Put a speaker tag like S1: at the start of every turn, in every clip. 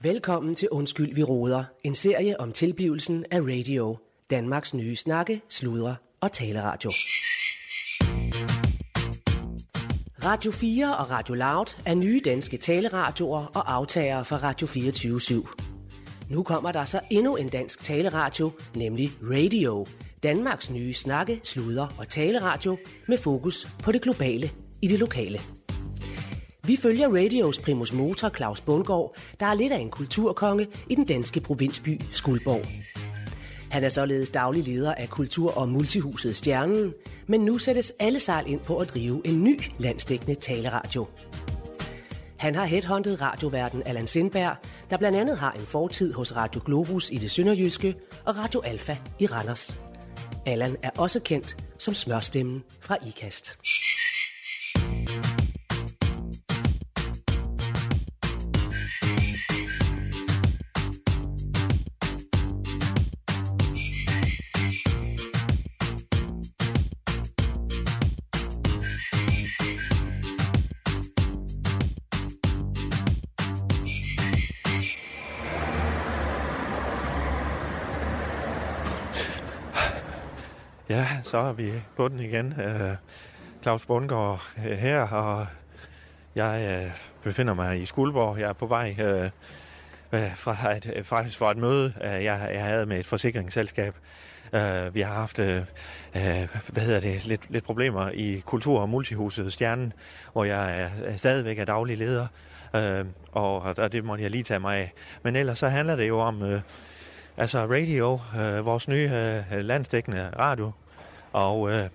S1: Velkommen til Undskyld, vi råder. En serie om tilblivelsen af radio. Danmarks nye snakke, sludre og taleradio. Radio 4 og Radio Loud er nye danske taleradioer og aftagere fra Radio 24 /7. Nu kommer der så endnu en dansk taleradio, nemlig Radio. Danmarks nye snakke, sludre og taleradio med fokus på det globale i det lokale. Vi følger Radios primus motor Claus Bundgaard, der er lidt af en kulturkonge i den danske provinsby Skuldborg. Han er således daglig leder af Kultur- og Multihuset Stjernen, men nu sættes alle sejl ind på at drive en ny landsdækkende taleradio. Han har headhunted radioverden Allan Sindberg, der blandt andet har en fortid hos Radio Globus i det sønderjyske og Radio Alfa i Randers. Allan er også kendt som smørstemmen fra IKAST.
S2: Ja, så er vi på den igen. Øh, Claus Bundgaard øh, her, og jeg øh, befinder mig i Skuldborg. Jeg er på vej øh, øh, fra, et, øh, faktisk fra et møde, øh, jeg, jeg havde med et forsikringsselskab. Øh, vi har haft øh, øh, hvad hedder det, lidt, lidt problemer i Kultur- og Multihuset Stjernen, hvor jeg er stadigvæk er daglig leder, øh, og, og det måtte jeg lige tage mig af. Men ellers så handler det jo om... Øh, Altså radio, øh, vores nye øh, landsdækkende radio. Og øh,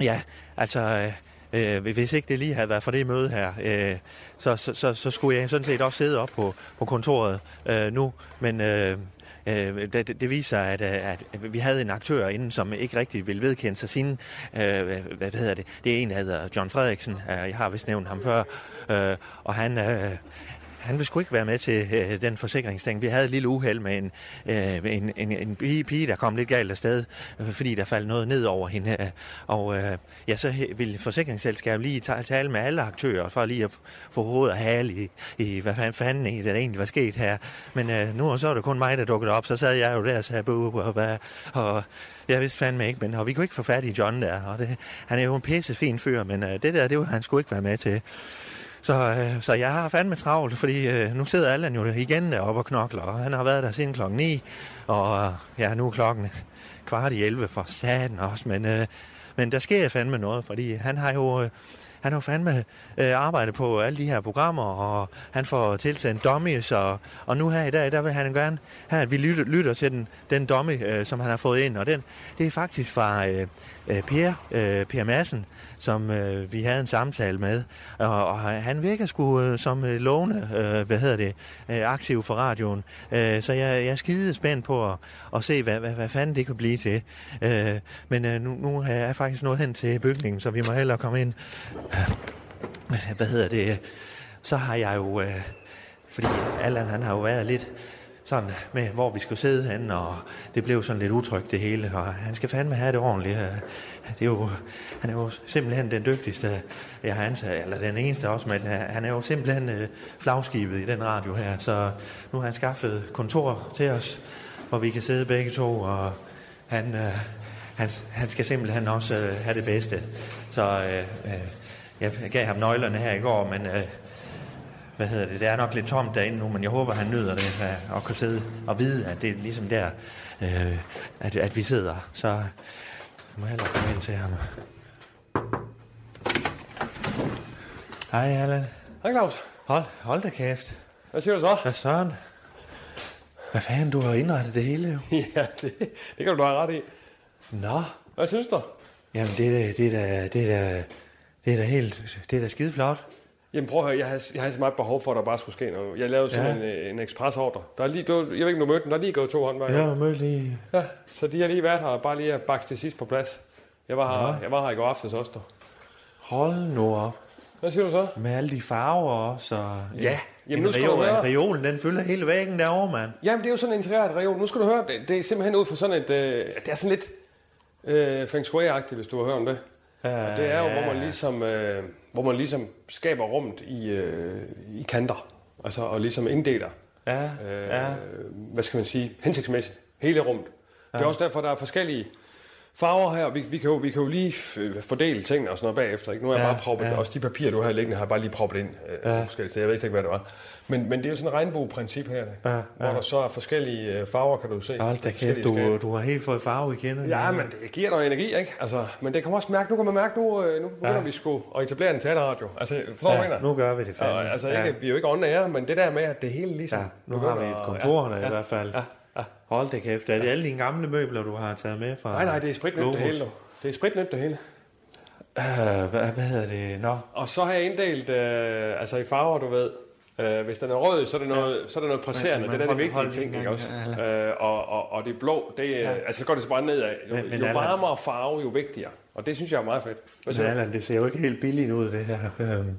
S2: ja, altså, øh, øh, hvis ikke det lige havde været for det møde her, øh, så, så, så, så skulle jeg sådan set også sidde op på, på kontoret øh, nu. Men øh, øh, det, det viser, at, øh, at vi havde en aktør inden, som ikke rigtig ville vedkende sig sine, øh, hvad hedder det, det er en, der hedder John Frederiksen, øh, jeg har vist nævnt ham før, øh, og han... Øh, han ville sgu ikke være med til øh, den forsikringsting. Vi havde et lille uheld med en, øh, en, en, en pige, pige, der kom lidt galt afsted, øh, fordi der faldt noget ned over hende. Øh, og øh, ja, så he- ville forsikringsselskabet lige ta- tale med alle aktører, for lige at få hovedet og hale i, i hvad fanden, fanden i, der egentlig var sket her. Men øh, nu og så er det kun mig, der dukkede op, så sad jeg jo der og sagde, buh, buh, buh, og jeg vidste fandme ikke, men og vi kunne ikke få fat i John der. Og det, han er jo en pissefin fyr, men øh, det der, det var han skulle ikke være med til. Så, øh, så jeg har fandme travlt, fordi øh, nu sidder Allan jo igen deroppe og knokler, og han har været der siden klokken 9, og øh, ja, nu er klokken kvart i 11 for satan også, men, øh, men der sker fandme noget, fordi han har jo... Øh, han har jo fandme øh, arbejdet på alle de her programmer, og han får tilsendt dummies, og, og nu her i dag, der vil han gerne have, at vi lytter, lytter til den, den dummy, øh, som han har fået ind, og den, det er faktisk fra øh, øh, Per, øh, per Madsen, som øh, vi havde en samtale med, og, og han virker sgu øh, som øh, lovende, øh, hvad hedder det, øh, aktiv for radioen, øh, så jeg, jeg er skide spændt på at, at se, hvad, hvad, hvad fanden det kan blive til. Øh, men øh, nu, nu er jeg faktisk nået hen til bygningen, så vi må hellere komme ind hvad hedder det, så har jeg jo, øh, fordi Allan han har jo været lidt sådan med, hvor vi skulle sidde henne, og det blev sådan lidt utrygt det hele, og han skal fandme have det ordentligt. øh. Det er jo, han er jo simpelthen den dygtigste, jeg har ansat, eller den eneste også, men øh, han er jo simpelthen øh, flagskibet i den radio her, så nu har han skaffet kontor til os, hvor vi kan sidde begge to, og han, øh, han, han skal simpelthen også øh, have det bedste. Så øh, øh, jeg gav ham nøglerne her i går, men øh, hvad hedder det, det er nok lidt tomt derinde nu, men jeg håber, han nyder det øh, og kan sidde og vide, at det er ligesom der, øh, at, at vi sidder. Så jeg må hellere komme ind til ham. Hej, Allan.
S3: Hej Claus.
S2: Hold, hold da kæft.
S3: Hvad siger du så?
S2: Hvad søren? Hvad fanden, du har indrettet det hele jo.
S3: ja, det, det kan du da have ret i.
S2: Nå,
S3: Hvad synes du?
S2: jamen det er da, det er da, det er da, det er da helt, det er da skide flot.
S3: Jamen prøv at høre, jeg havde, jeg havde så meget behov for, at der bare skulle ske noget. Jeg lavede sådan
S2: Ja.
S3: ja. en, en ekspresordre. Der er lige, du, jeg ved ikke, om du mødte den, der er lige gået to håndværkere.
S2: Jeg har mødt lige
S3: ja. Så de har lige været her, og bare lige at bakse til sidst på plads. Jeg var, her, jeg var her i går aftes også, du.
S2: Hold nu op.
S3: Hvad siger du så?
S2: Med alle de farver også. Og
S3: Ja,
S2: Jamen,
S3: jamen
S2: en
S3: nu skal du
S2: reol,
S3: høre.
S2: reolen, den fylder hele væggen derovre, mand.
S3: Jamen, det er jo sådan en integreret reol. Nu skal du høre, det, det er simpelthen ud fra sådan et... Øh, det er sådan lidt øh, feng shui-agtigt, hvis du har hørt om det. Og det er jo,
S2: ja.
S3: hvor man ligesom, øh, hvor man ligesom skaber rummet i, øh, i kanter. Altså, og ligesom inddeler.
S2: Ja,
S3: øh,
S2: ja.
S3: hvad skal man sige, hensigtsmæssigt. Hele rummet. Ja. Det er også derfor, der er forskellige farver her. Vi, vi, kan, jo, vi kan jo lige f- øh, fordele tingene og sådan noget bagefter. Ikke? Nu er jeg
S2: Ja,
S3: ja, bare proppet,
S2: ja.
S3: ja. også de papirer, du har liggende, har jeg bare lige proppet ind øh, ja. forskellige steder. Jeg ved ikke, hvad det var. Men, men det er jo sådan et regnbueprincip her, ja, ja. hvor der så er forskellige øh, farver, kan du se.
S2: Hold da kæft,
S3: Forskellige
S2: du,
S3: skabe.
S2: du har helt fået farve igen.
S3: Ja, men det giver dig energi, ikke? Altså, men det kan man også mærke, nu kan man mærke, nu, øh, nu begynder ja. vi sgu at etablere en teaterradio. Altså, forstår du, hvad jeg
S2: Ja,
S3: mener?
S2: nu gør vi det fandme.
S3: Og, altså,
S2: ja.
S3: ikke, vi er jo ikke on air, men det der med, at det hele ligesom...
S2: Ja, nu har vi
S3: begynder
S2: et
S3: at-
S2: kontor ja, i hvert fald. Ja, ja. Hold da kæft, er det alle dine gamle møbler, du har taget med fra
S3: Nej, nej, det er spritnyt det hele. nu. Det er spritnyt det hele.
S2: Uh, hvad, hvad hedder det? Nå,
S3: Og så har jeg inddelt øh, altså i farver, du ved. Øh, hvis den er rød, så er det noget, ja. så er det noget presserende.
S2: Men-
S3: Det
S2: men
S3: er det
S2: hold-
S3: vigtige
S2: hold
S3: ting,
S2: lige en
S3: ikke også?
S2: gang,
S3: Øh, og, og, og det blå, det, ja. altså, så går det så bare nedad. Jo,
S2: Men-
S3: men,
S2: men
S3: jo
S2: Allan-
S3: varmere farve, jo vigtigere. Og det synes jeg er meget fedt. Hvad
S2: men
S3: siger du?
S2: Allan, det ser jo ikke helt billigt ud, det her. Øhm,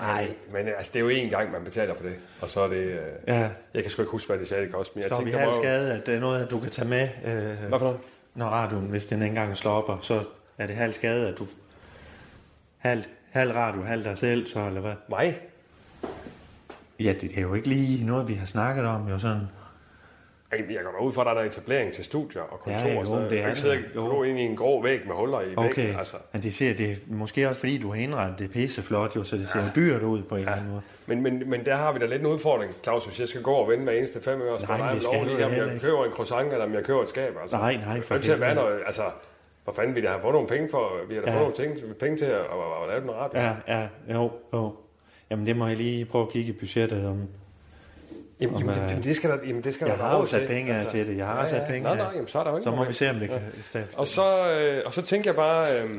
S3: Nej, men altså, det er jo én gang, man betaler for det. Og så er det... Øh,
S2: Ja.
S3: Jeg kan sgu ikke huske, hvad det sagde, det kostede. Men jeg
S2: Står vi
S3: tænkte, der
S2: halv
S3: var jo-
S2: skade, at det er noget, du kan tage med, øh,
S3: Hvad for noget?
S2: når radioen, hvis den ikke engang slår op, og så er det halv skade, at du... Halv, halv radio, halv dig selv, så eller hvad?
S3: Mig?
S2: Ja, det, det er jo ikke lige noget, vi har snakket om, jo sådan.
S3: Ej, men Jeg går da ud fra, at der er noget etablering til studier og kontor.
S2: Ja, jo,
S3: og sådan noget.
S2: det er
S3: Jeg kan sidde
S2: det.
S3: og gå ind i en grå væg med huller i okay.
S2: Okay,
S3: væggen. Altså.
S2: men det ser det er måske også, fordi du har indrettet det pisseflot, jo, så det ser jo dyrt ud på en eller anden måde.
S3: Men, men, men der har vi da lidt en udfordring, Claus, hvis jeg skal gå og vende hver eneste fem øre, så
S2: Nej,
S3: nej,
S2: men
S3: jeg
S2: det skal
S3: lov
S2: du
S3: lige, om
S2: heller
S3: jeg
S2: ikke.
S3: køber en croissant, eller om jeg køber et skab. Altså.
S2: Nej, nej, for
S3: for til at være
S2: helvede.
S3: noget, altså, hvor fanden vi da har fået nogle penge for, vi har da
S2: Ja.
S3: ja. fået nogle ting, penge til at, at, at, at lave den radio. Ja.
S2: Ja, ja, jo, jo. Jamen, det må jeg lige prøve at kigge i budgettet om.
S3: Jamen, jamen,
S2: øh,
S3: det, jamen, det skal der, jamen, det skal
S2: Jeg
S3: der
S2: har jo sat penge
S3: altså.
S2: af til det. Jeg har sat penge
S3: af.
S2: af.
S3: Nej, nej, jamen, så er der jo ikke
S2: Så må
S3: noget
S2: vi se, om det kan... Ja.
S3: Og så, øh, og så tænkte jeg bare, øh,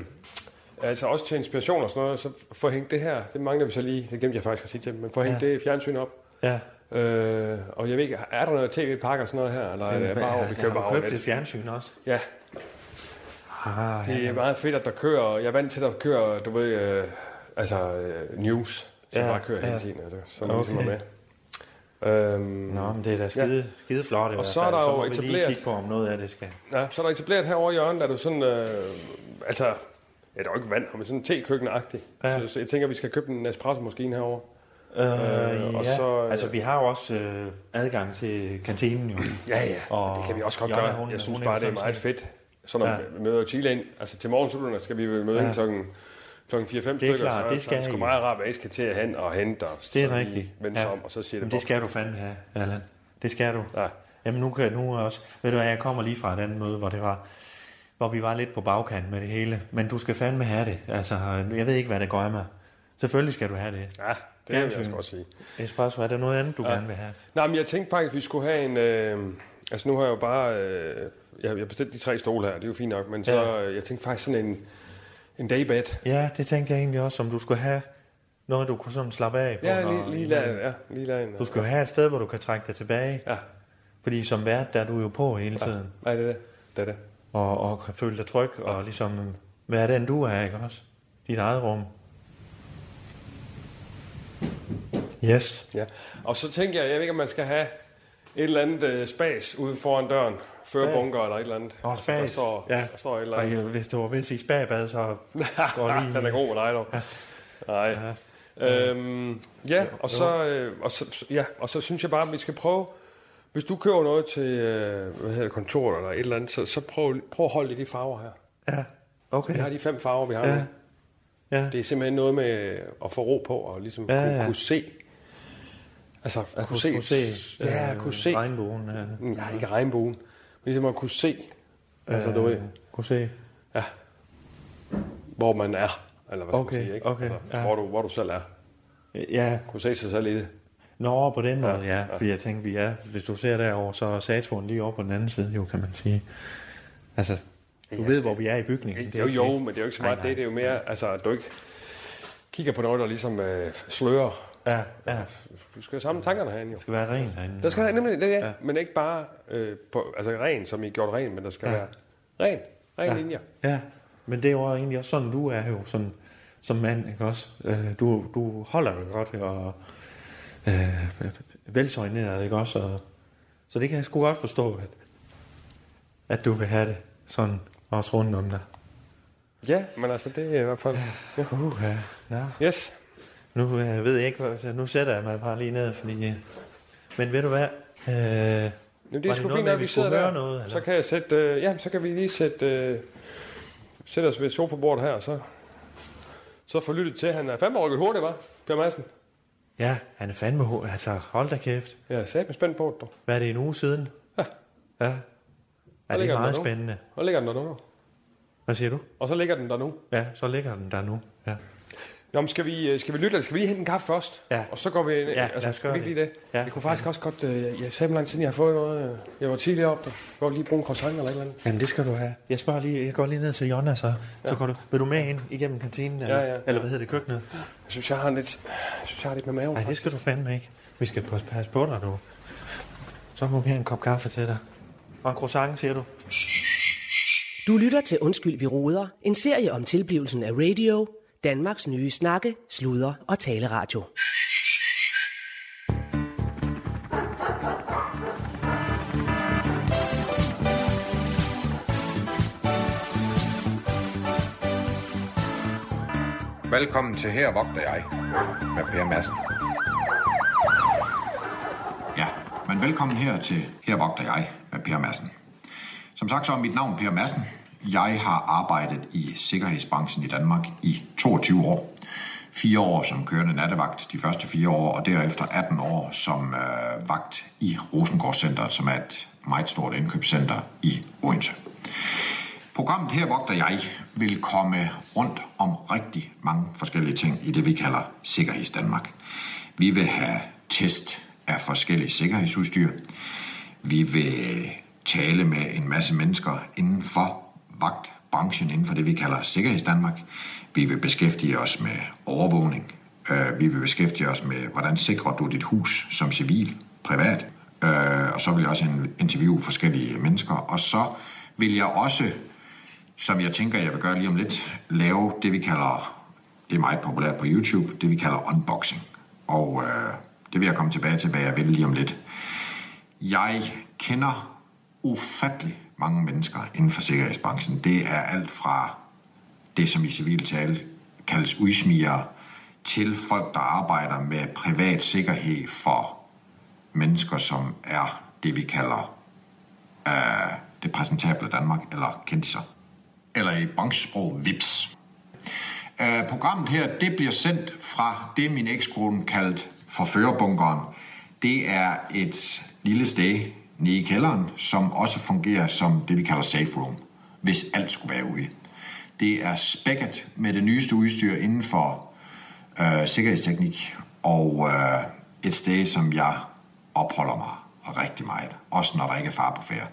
S3: altså også til inspiration og sådan noget, så få hængt det her, det mangler vi så lige, det glemte jeg faktisk at sige til dem, men få hængt
S2: Ja.
S3: ja. det fjernsyn op.
S2: Ja.
S3: Øh, og jeg ved ikke, er der noget tv-pakke og sådan noget her, eller er det bare over, vi køber
S2: har
S3: bare
S2: du
S3: over
S2: købt et
S3: nettet?
S2: fjernsyn også?
S3: Ja,
S2: Ah,
S3: det er
S2: ja.
S3: meget fedt, at der kører, jeg er vant til, at der kører, du ved, øh, altså øh, news, som
S2: Ja,
S3: ja, bare kører
S2: ja.
S3: hele tiden, altså, så man okay.
S2: Okay.
S3: ligesom er med. Øhm,
S2: Nå, men det er da skide, ja. skide flot i hvert
S3: så er
S2: fald.
S3: der
S2: så
S3: jo
S2: må vi lige
S3: etableret-
S2: kigge på, om noget af det skal...
S3: Ja, så er der etableret herovre i hjørnet, er du sådan, øh, altså, ja, der er jo ikke vand, men sådan te-køkken-agtig.
S2: Ja.
S3: Ja. Så, så, jeg tænker, vi skal købe en espresso-maskine herovre.
S2: Øh,
S3: Øh,
S2: og
S3: og
S2: ja. så,
S3: så, øh,
S2: altså, vi har jo også øh, adgang til kantinen, jo.
S3: Ja, ja,
S2: Og
S3: og det kan vi også godt
S2: Jonna,
S3: gøre.
S2: hun-
S3: jeg synes
S2: hun er
S3: bare,
S2: jo
S3: det er
S2: sådan
S3: meget fedt. Så når
S2: Ja.
S3: ja. vi møder Chile ind, altså til morgensutterne skal vi vel møde
S2: Ja.
S3: ja. ind klokken, klokken 4-5
S2: Det er
S3: stykker,
S2: klart,
S3: så,
S2: det
S3: så er
S2: skal
S3: det sgu
S2: I.
S3: meget rart, at I skal til at hen og hente os.
S2: Det er
S3: Så lige
S2: rigtigt.
S3: Vende ja. om, og så siger
S2: Jamen,
S3: det,
S2: det skal du fandme have, Allan. Det skal du.
S3: Ja.
S2: Jamen nu kan nu er også... Ved du hvad, jeg kommer lige fra et andet møde, hvor det var hvor vi var lidt på bagkant med det hele. Men du skal fandme have det. Altså, jeg ved ikke, hvad det gør mig. Selvfølgelig skal du have det.
S3: Ja, det vil jeg
S2: Fjernsyn.
S3: sgu også sige.
S2: Espresso, er der noget andet, du ja. gerne vil have?
S3: Nej, men jeg tænkte faktisk, at vi skulle have en... Øh, altså nu har jeg jo bare... Øh, jeg jeg har bestilt de tre stole her, det er jo fint nok, men så
S2: Ja.
S3: øh, jeg tænkte faktisk sådan en, en daybed.
S2: Ja, det tænkte jeg egentlig også, om du skulle have noget, du kunne sådan slappe af på.
S3: Ja,
S2: når-
S3: lige, lige lad, ja, lige lad en...
S2: Du skal jo have et sted, hvor du kan trække dig tilbage.
S3: Ja,
S2: Fordi som vært, der er du jo på hele tiden.
S3: nej, det er det. Det er det.
S2: og, og kan føle dig tryg, og ligesom, hvad er den du er, ikke også? Dit eget rum. Yes.
S3: Ja, og så tænker jeg, jeg ved ikke, om man skal have et eller andet øh, spas ude foran døren, før bunker eller et eller andet.
S2: Og
S3: Altså, der
S2: spas.
S3: står, ja. der står et eller
S2: Og
S3: andet.
S2: jeg- hvis du var ved at sige spagbad, så går lige...
S3: Den er god med dig, dog. Nej. Øhm, ja, og så, øh, og, så, ja, og så synes jeg bare, at vi skal prøve, hvis du køber noget til øh, hvad hedder det, kontoret eller et eller andet, så, så prøv, prøv at holde i de farver her.
S2: Ja, okay.
S3: Vi har de fem farver, vi har
S2: Ja.
S3: ja. nu.
S2: Ja.
S3: Det er simpelthen noget med at få ro på og ligesom
S2: Ja,
S3: ja, kunne,
S2: ja.
S3: ja. kunne se. Altså,
S2: At
S3: kunne, se, Ja,
S2: øh,
S3: kunne se.
S2: Regnbuen. Øh,
S3: Nej, Mm, ikke regnbuen. Men ligesom at kunne se, altså, du ved,
S2: Øh, kunne se.
S3: hvor man er. Eller hvad skal
S2: Okay,
S3: man sige, ikke?
S2: okay,
S3: altså,
S2: ja.
S3: hvor, du, hvor du selv er.
S2: Øh, Ja,
S3: Kunne se sig selv i det.
S2: Nå, på den måde, ja.
S3: Ja,
S2: ja.
S3: ja.
S2: Fordi jeg tænkte, vi er, hvis du ser derover, så er Saturn lige over på den anden side, jo, kan man sige. Altså, du ja. ved, hvor vi er i bygningen.
S3: Det er jo jo, men det er jo ikke så meget
S2: Nej, nej.
S3: det. Det er jo mere, altså, at du ikke kigger på noget, der ligesom øh, slører.
S2: Ja, ja.
S3: Du skal jo samle tankerne herinde, jo.
S2: Det skal være rent herinde.
S3: Der skal være nemlig det, ja. ja. Men ikke bare øh, på, altså ren, som I gjort ren, men der skal
S2: Ja.
S3: ja. være ren. Ren
S2: ja.
S3: ja. linjer.
S2: Ja, men det er jo egentlig også sådan, du er jo sådan, som mand, ikke også? Øh, Du, du holder dig godt og øh, velsøgneret, ikke også? Og, så det kan jeg sgu godt forstå, at, at du vil have det sådan også rundt om dig.
S3: Ja, men altså, det er i hvert fald... Ja.
S2: Uh, ja. Nå.
S3: Yes.
S2: altså, Nu øh, ved jeg ikke, hvad- så nu sætter jeg mig bare lige ned, fordi øh, Men ved du hvad? Øh, Jamen,
S3: Jamen, det er sgu fint, at vi sidder der.
S2: noget,
S3: så
S2: eller?
S3: kan jeg sætte, øh, ja, så kan vi lige sætte, øh, sætte os ved sofabordet her, og så, så få lyttet til, at han er fandme rykket hurtigt, var Per Madsen?
S2: Ja, han er fandme ho- Altså, hold da kæft.
S3: Jeg er satme spændt på det, dog.
S2: Hvad er det, en uge siden?
S3: Ja.
S2: Ja. Ja, det er
S3: ligger den
S2: meget
S3: der nu.
S2: spændende.
S3: Og ligger den der nu.
S2: Hvad siger du?
S3: Og så ligger den der nu.
S2: Ja, så ligger den der nu. Ja,
S3: Nå, men skal vi, øh, skal vi lytte, eller skal vi lige hente en kaffe først?
S2: Ja.
S3: Og så går vi ind.
S2: Ja, lad os gøre
S3: kan vi ikke
S2: det.
S3: Lige det?
S2: Ja.
S3: Jeg kunne faktisk også godt, øh, jeg sagde lang tid, siden, jeg har fået noget. øh, Jeg var tidligere op der. Jeg kunne godt lige bruge en croissant eller et eller andet.
S2: Jamen, det skal du have. Jeg spørger lige, jeg går lige ned til Jonna, så, ja. så går du, vil du med ind igennem kantinen, eller,
S3: ja, ja.
S2: eller hvad hedder det, køkkenet?
S3: Jeg synes, jeg har en lidt, jeg synes, jeg har lidt med maven.
S2: Nej, det skal du fandme ikke. Vi skal passe, passe på dig nu. Så må vi have en kop kaffe til dig. Og en croissant, siger du?
S1: Du lytter til Undskyld, vi roder, en serie om tilblivelsen af radio, Danmarks nye snakke, sludre og taleradio.
S4: Velkommen til Her vogter jeg med Per Madsen. Ja, men velkommen her til Her vogter jeg med Per Madsen. Som sagt så er mit navn Per Madsen. Jeg har arbejdet i sikkerhedsbranchen i Danmark i 22 år. Fire år som kørende nattevagt de første fire år, og derefter 18 år som øh, vagt i Rosengårdscenteret, som er et meget stort indkøbscenter i Odense. Programmet her vogter jeg vil komme rundt om rigtig mange forskellige ting i det, vi kalder Sikkerheds Danmark. Vi vil have test af forskellige sikkerhedsudstyr. Vi vil tale med en masse mennesker inden for vagtbranchen, inden for det, vi kalder Sikkerheds Danmark. Vi vil beskæftige os med overvågning. Øh, Vi vil beskæftige os med, hvordan sikrer du dit hus som civil, privat. Øh, Og så vil jeg også in- interviewe forskellige mennesker. Og så vil jeg også som jeg tænker, jeg vil gøre lige om lidt, lave det, vi kalder, det er meget populært på YouTube, det vi kalder unboxing. Og øh, det vil jeg komme tilbage til, hvad jeg vil lige om lidt. Jeg kender ufattelig mange mennesker inden for sikkerhedsbranchen. Det er alt fra det, som i civil tale kaldes udsmigere, til folk, der arbejder med privat sikkerhed for mennesker, som er det, vi kalder øh, det præsentable Danmark, eller kendiser eller i banksprog VIPS. Uh, programmet her, det bliver sendt fra det, min ekskone kaldte for førerbunkeren. Det er et lille sted nede i kælderen, som også fungerer som det, vi kalder safe room, hvis alt skulle være ude. Det er spækket med det nyeste udstyr inden for øh, sikkerhedsteknik, og øh, et sted, som jeg opholder mig rigtig meget, også når der ikke er far på færre.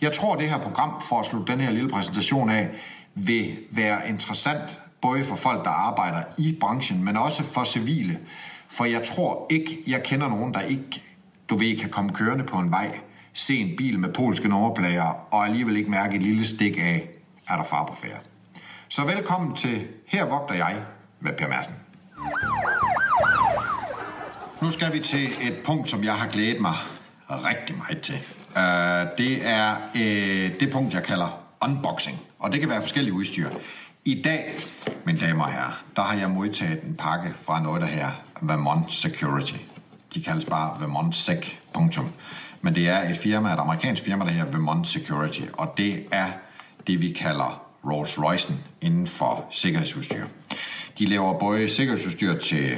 S4: Jeg tror, det her program, for at slutte den her lille præsentation af, vil være interessant, både for folk, der arbejder i branchen, men også for civile. For jeg tror ikke, jeg kender nogen, der ikke, du ved, kan komme kørende på en vej, se en bil med polske nummerplader, og alligevel ikke mærke et lille stik af, er der far på færre. Så velkommen til Her vogter jeg med Per Madsen. Nu skal vi til et punkt, som jeg har glædet mig rigtig meget til. Uh, det er uh, det punkt, jeg kalder unboxing, og det kan være forskellige udstyr. I dag, mine damer og herrer, der har jeg modtaget en pakke fra noget, der her Vermont Security. De kaldes bare Vermont Sec. Punktum. Men det er et firma, et amerikansk firma, der hedder Vermont Security, og det er det, vi kalder Rolls Royce'en inden for sikkerhedsudstyr. De laver både sikkerhedsudstyr til,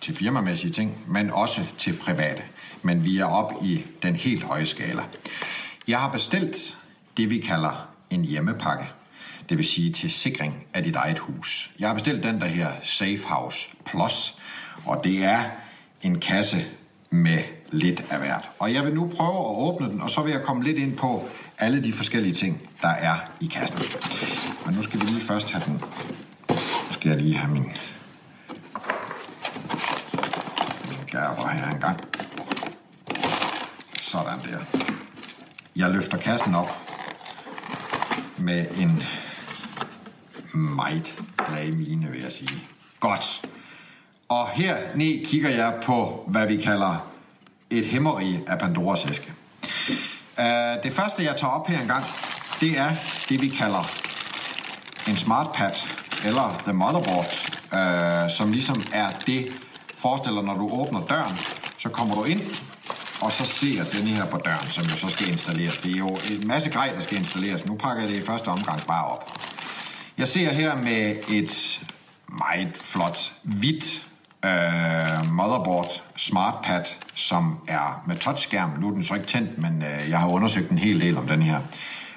S4: til firmamæssige ting, men også til private. Men vi er oppe i den helt høje skala. Jeg har bestilt det, vi kalder en hjemmepakke. Det vil sige til sikring af dit eget hus. Jeg har bestilt den, der her Safe House Plus, og det er en kasse med lidt af hvert. Og jeg vil nu prøve at åbne den, og så vil jeg komme lidt ind på alle de forskellige ting, der er i kassen. Men nu skal vi lige først have den. Nu skal jeg lige have min gærber her engang. Sådan der. Jeg løfter kassen op med en meget glad mine, vil jeg sige. Godt. Og her ned kigger jeg på, hvad vi kalder et hæmmeri af Pandoras æske. Uh, det første, jeg tager op her engang, det er det, vi kalder en smartpad, eller the motherboard, øh, uh, som ligesom er det, forestiller, når du åbner døren, så kommer du ind, Og så ser jeg den her på døren, som jo så skal installeres. Det er jo en masse grej, der skal installeres. Nu pakker jeg det i første omgang bare op. Jeg ser her med et meget flot hvidt øh, motherboard smartpad, som er med touchskærm. Nu er den så ikke tændt, men øh, jeg har undersøgt en hel del om den her.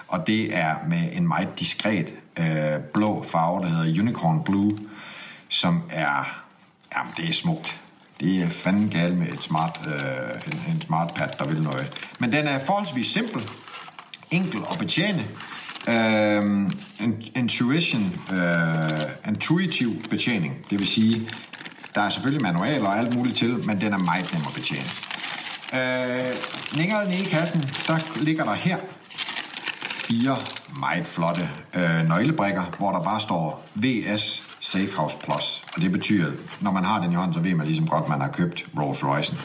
S4: Og det er med en meget diskret øh, blå farve, der hedder Unicorn Blue, som er... Jamen, det er smukt. Det er fanden galt med et smart, øh, en, en smartpad, der vil noget. Men den er forholdsvis simpel, enkel at betjene. Øh, intuition, øh, intuitiv betjening. Det vil sige, der er selvfølgelig manualer og alt muligt til, men den er meget nem at betjene. Øh, længere nede i kassen, der ligger der her fire meget flotte øh, nøglebrikker, hvor der bare står VS Safehouse Plus. Og det betyder, når man har den i hånden, så ved man ligesom godt, man har købt Rolls Royce'en.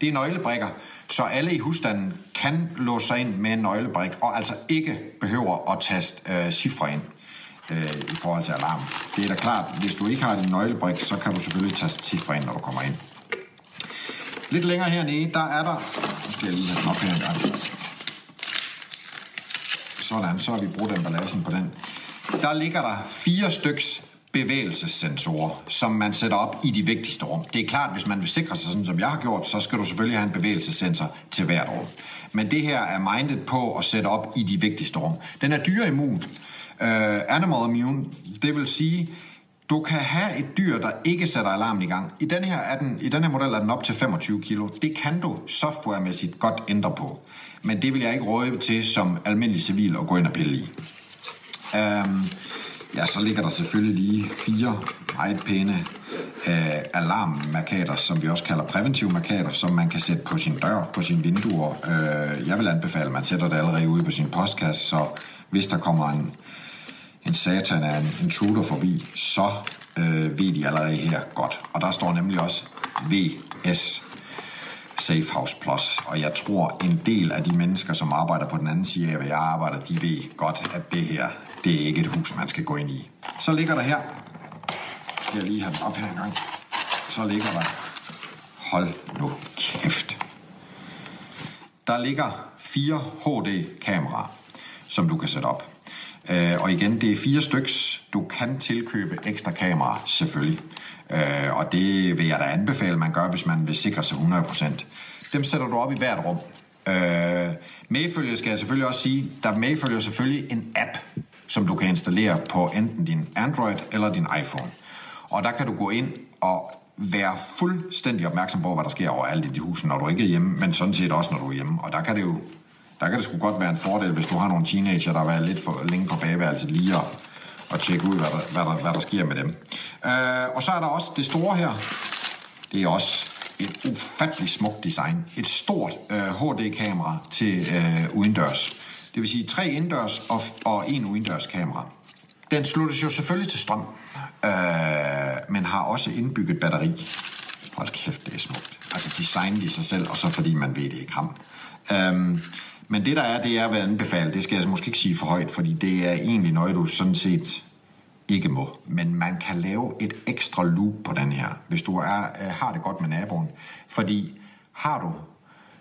S4: Det er nøglebrikker, så alle i husstanden kan låse sig ind med en nøglebrik, og altså ikke behøver at taste øh, cifre ind øh, i forhold til alarm. Det er da klart, hvis du ikke har din nøglebrik, så kan du selvfølgelig taste cifre ind, når du kommer ind. Lidt længere hernede, der er der... Nu skal jeg lige have den op her en gang. Sådan, så har vi brugt emballagen på den. Der ligger der fire styks bevægelsessensorer, som man sætter op i de vigtigste rum. Det er klart, hvis man vil sikre sig, sådan som jeg har gjort, så skal du selvfølgelig have en bevægelsessensor til hvert rum. Men det her er mindet på at sætte op i de vigtigste rum. Den er dyreimmun, øh, animal immune, det vil sige, du kan have et dyr, der ikke sætter alarmen i gang. I den her, er den, i den her model er den op til 25 kilo. Det kan du softwaremæssigt godt ændre på. Men det vil jeg ikke råde til som almindelig civil at gå ind og pille i. Øhm, ja, så ligger der selvfølgelig lige fire meget pæne øh, alarmmarkader, som vi også kalder præventive markader, som man kan sætte på sin dør, på sine vinduer. Øh, jeg vil anbefale, at man sætter det allerede ude på sin postkasse, så hvis der kommer en, en satan af en intruder forbi, så øh, ved de allerede her godt. Og der står nemlig også VS Safe House Plus. Og jeg tror, en del af de mennesker, som arbejder på den anden side af, hvad jeg arbejder, de ved godt, at det her, det er ikke et hus, man skal gå ind i. Så ligger der her, skal jeg lige have den op her en gang, så ligger der, hold nu kæft, der ligger fire HD-kameraer, som du kan sætte op. Øh, og igen, det er fire styks. Du kan tilkøbe ekstra kameraer, selvfølgelig. Øh, og det vil jeg da anbefale, man gør, hvis man vil sikre sig 100%. Dem sætter du op i hvert rum. Øh, medfølger skal jeg selvfølgelig også sige, der medfølger selvfølgelig en app, som du kan installere på enten din Android eller din iPhone. Og der kan du gå ind og være fuldstændig opmærksom på, hvad der sker overalt i de huse, når du ikke er hjemme, men sådan set også, når du er hjemme. Og der kan det jo der kan det sgu godt være en fordel, hvis du har nogle teenager, der har været lidt for længe på bageværelset lige at, at tjekke ud, hvad der, hvad der, hvad der sker med dem. Øh, og så er der også det store her. Det er også et ufatteligt smukt design. Et stort øh, HD-kamera til øh, udendørs. Det vil sige tre indendørs og, og en udendørs kamera. Den sluttes jo selvfølgelig til strøm, øh, men har også indbygget batteri. Hold kæft, det er smukt. Altså designet i sig selv, og så fordi man ved det i kram. Øh, men det der er, det er, hvad jeg anbefaler. Det skal jeg altså måske ikke sige for højt, fordi det er egentlig noget, du sådan set ikke må. Men man kan lave et ekstra loop på den her, hvis du er, øh, har det godt med naboen. Fordi har du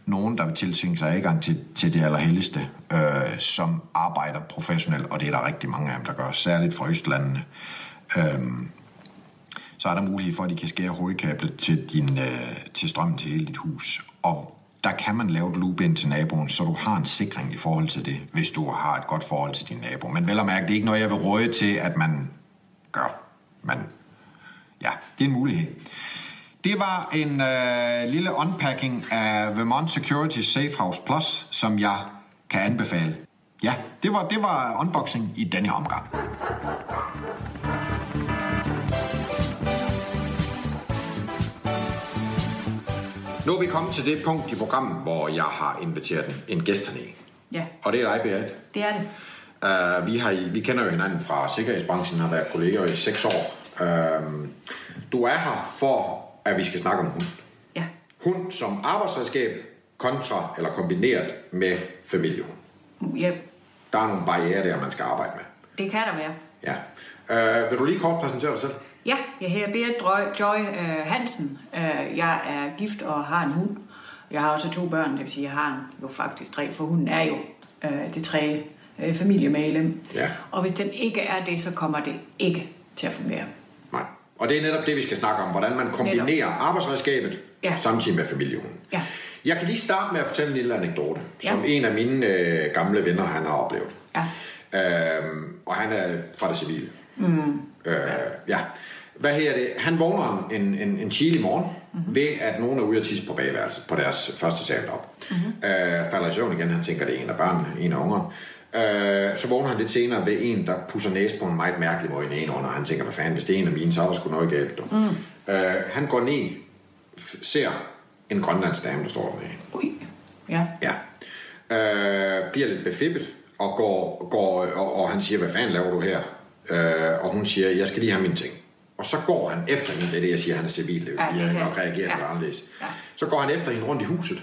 S4: nogen, der vil tilsvinge sig adgang til, til det allerhelligste, øh, som arbejder professionelt, og det er der rigtig mange af dem, der gør, særligt fra Østlandene, øh, så er der mulighed for, at de kan skære hovedkablet til, din, øh, til strømmen til hele dit hus. Og der kan man lave et loop ind til naboen, så du har en sikring i forhold til det, hvis du har et godt forhold til din nabo. Men vel at mærke, det er ikke noget, jeg vil råde til, at man gør. Men ja, det er en mulighed. Det var en øh, lille unpacking af Vermont Security Safe House Plus, som jeg kan anbefale. Ja, det var, det var unboxing i denne omgang. Nu er vi kommet til det punkt i programmet, hvor jeg har inviteret en, en gæst hernede.
S5: Ja,
S4: Og det er dig, Berit.
S5: det er det.
S4: Uh, vi, har, i- vi kender jo hinanden fra sikkerhedsbranchen, har været kolleger i seks år. Uh, du er her for, at vi skal snakke om hund.
S5: Ja,
S4: Hund som arbejdsredskab kontra eller kombineret med familiehund.
S5: ja
S4: Der er nogle barriere der, man skal arbejde med.
S5: det kan der være.
S4: Ja. Uh, vil du lige kort præsentere dig selv?
S5: Ja, jeg hedder Bea Drø- Joy øh, Hansen. Øh, jeg er gift og har en hund. Øh, Jeg har også to børn, det vil sige, jeg har jo faktisk tre, for hun er jo øh, det tredje øh, familiemedlem.
S4: Ja.
S5: Og hvis den ikke er det, så kommer det ikke til at fungere.
S4: Nej. Og det er netop det, vi skal snakke om, hvordan man kombinerer
S5: Netop.
S4: arbejdsredskabet
S5: Ja.
S4: samtidig med familiehunden.
S5: Ja.
S4: Jeg kan lige starte med at fortælle en lille anekdote,
S5: Ja.
S4: som en af mine øh, gamle venner, han har oplevet.
S5: Ja.
S4: Øhm, og han er fra det civile. Mm. Øh, ja. Hvad her det? Han vågner en, en, en chili morgen, mm-hmm. ved at nogen er ude at tisse på bagværelset, på deres første sal op. Mm-hmm. Øh, falder i søvn igen, han tænker, det er en af børnene, en af ungerne. Øh, så vågner han lidt senere ved en, der pusser næse på en meget mærkelig måde i den ene under. Han tænker, hvad fanden, hvis det er en af mine, så er der sgu noget galt. Du. Mm. Øh, han går ned, f- ser en grønlandsk dame, der står dernede.
S5: Ui. Ja.
S4: Ja. Øh, bliver lidt befippet, og, går, går, og, og han siger, hvad fanden laver du her? Øh, og hun siger, jeg skal lige have mine ting. Og så går han efter hende, det er det, jeg siger, han er civil,
S5: Ja,
S4: ja,
S5: det
S4: jeg
S5: kan-
S4: nok reagerer
S5: ja.
S4: ja. anderledes.
S5: Ja.
S4: Så går han efter hende rundt i huset,